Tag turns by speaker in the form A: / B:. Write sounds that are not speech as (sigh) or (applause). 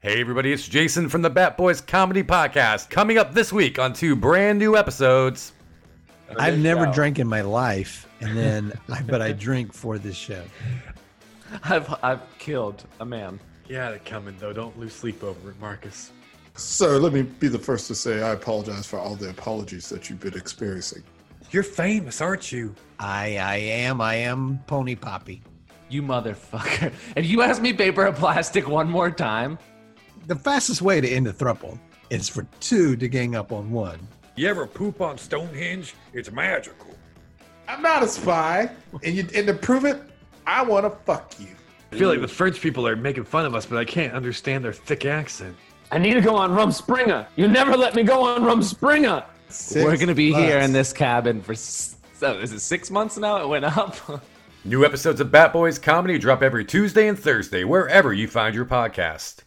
A: Hey, everybody, it's Jason from the Bat Boys Comedy Podcast. Coming up this week on two brand new episodes.
B: I've never drank in my life, and then I, but I drink for this show.
C: I've I've killed a man.
D: Yeah, they're coming though. Don't lose sleep over it, Marcus.
E: So let me be the first to say I apologize for all the apologies that you've been experiencing.
D: You're famous, aren't you?
B: I I am I am Pony Poppy.
C: You motherfucker. (laughs) If you ask me paper or plastic one more time,
B: The fastest way to end a thruple is for two to gang up on one.
D: You ever poop on Stonehenge? It's magical.
E: I'm not a spy, and you and to prove it, I want to fuck you.
D: I feel like the French people are making fun of us, but I can't understand their thick accent.
C: I need to go on Rum Springer. You never let me go on Rum Springer. we We're gonna be here in this cabin for s- so is it six months now? It went up. (laughs)
A: New episodes of Bat Boys Comedy drop every Tuesday and Thursday, wherever you find your podcast.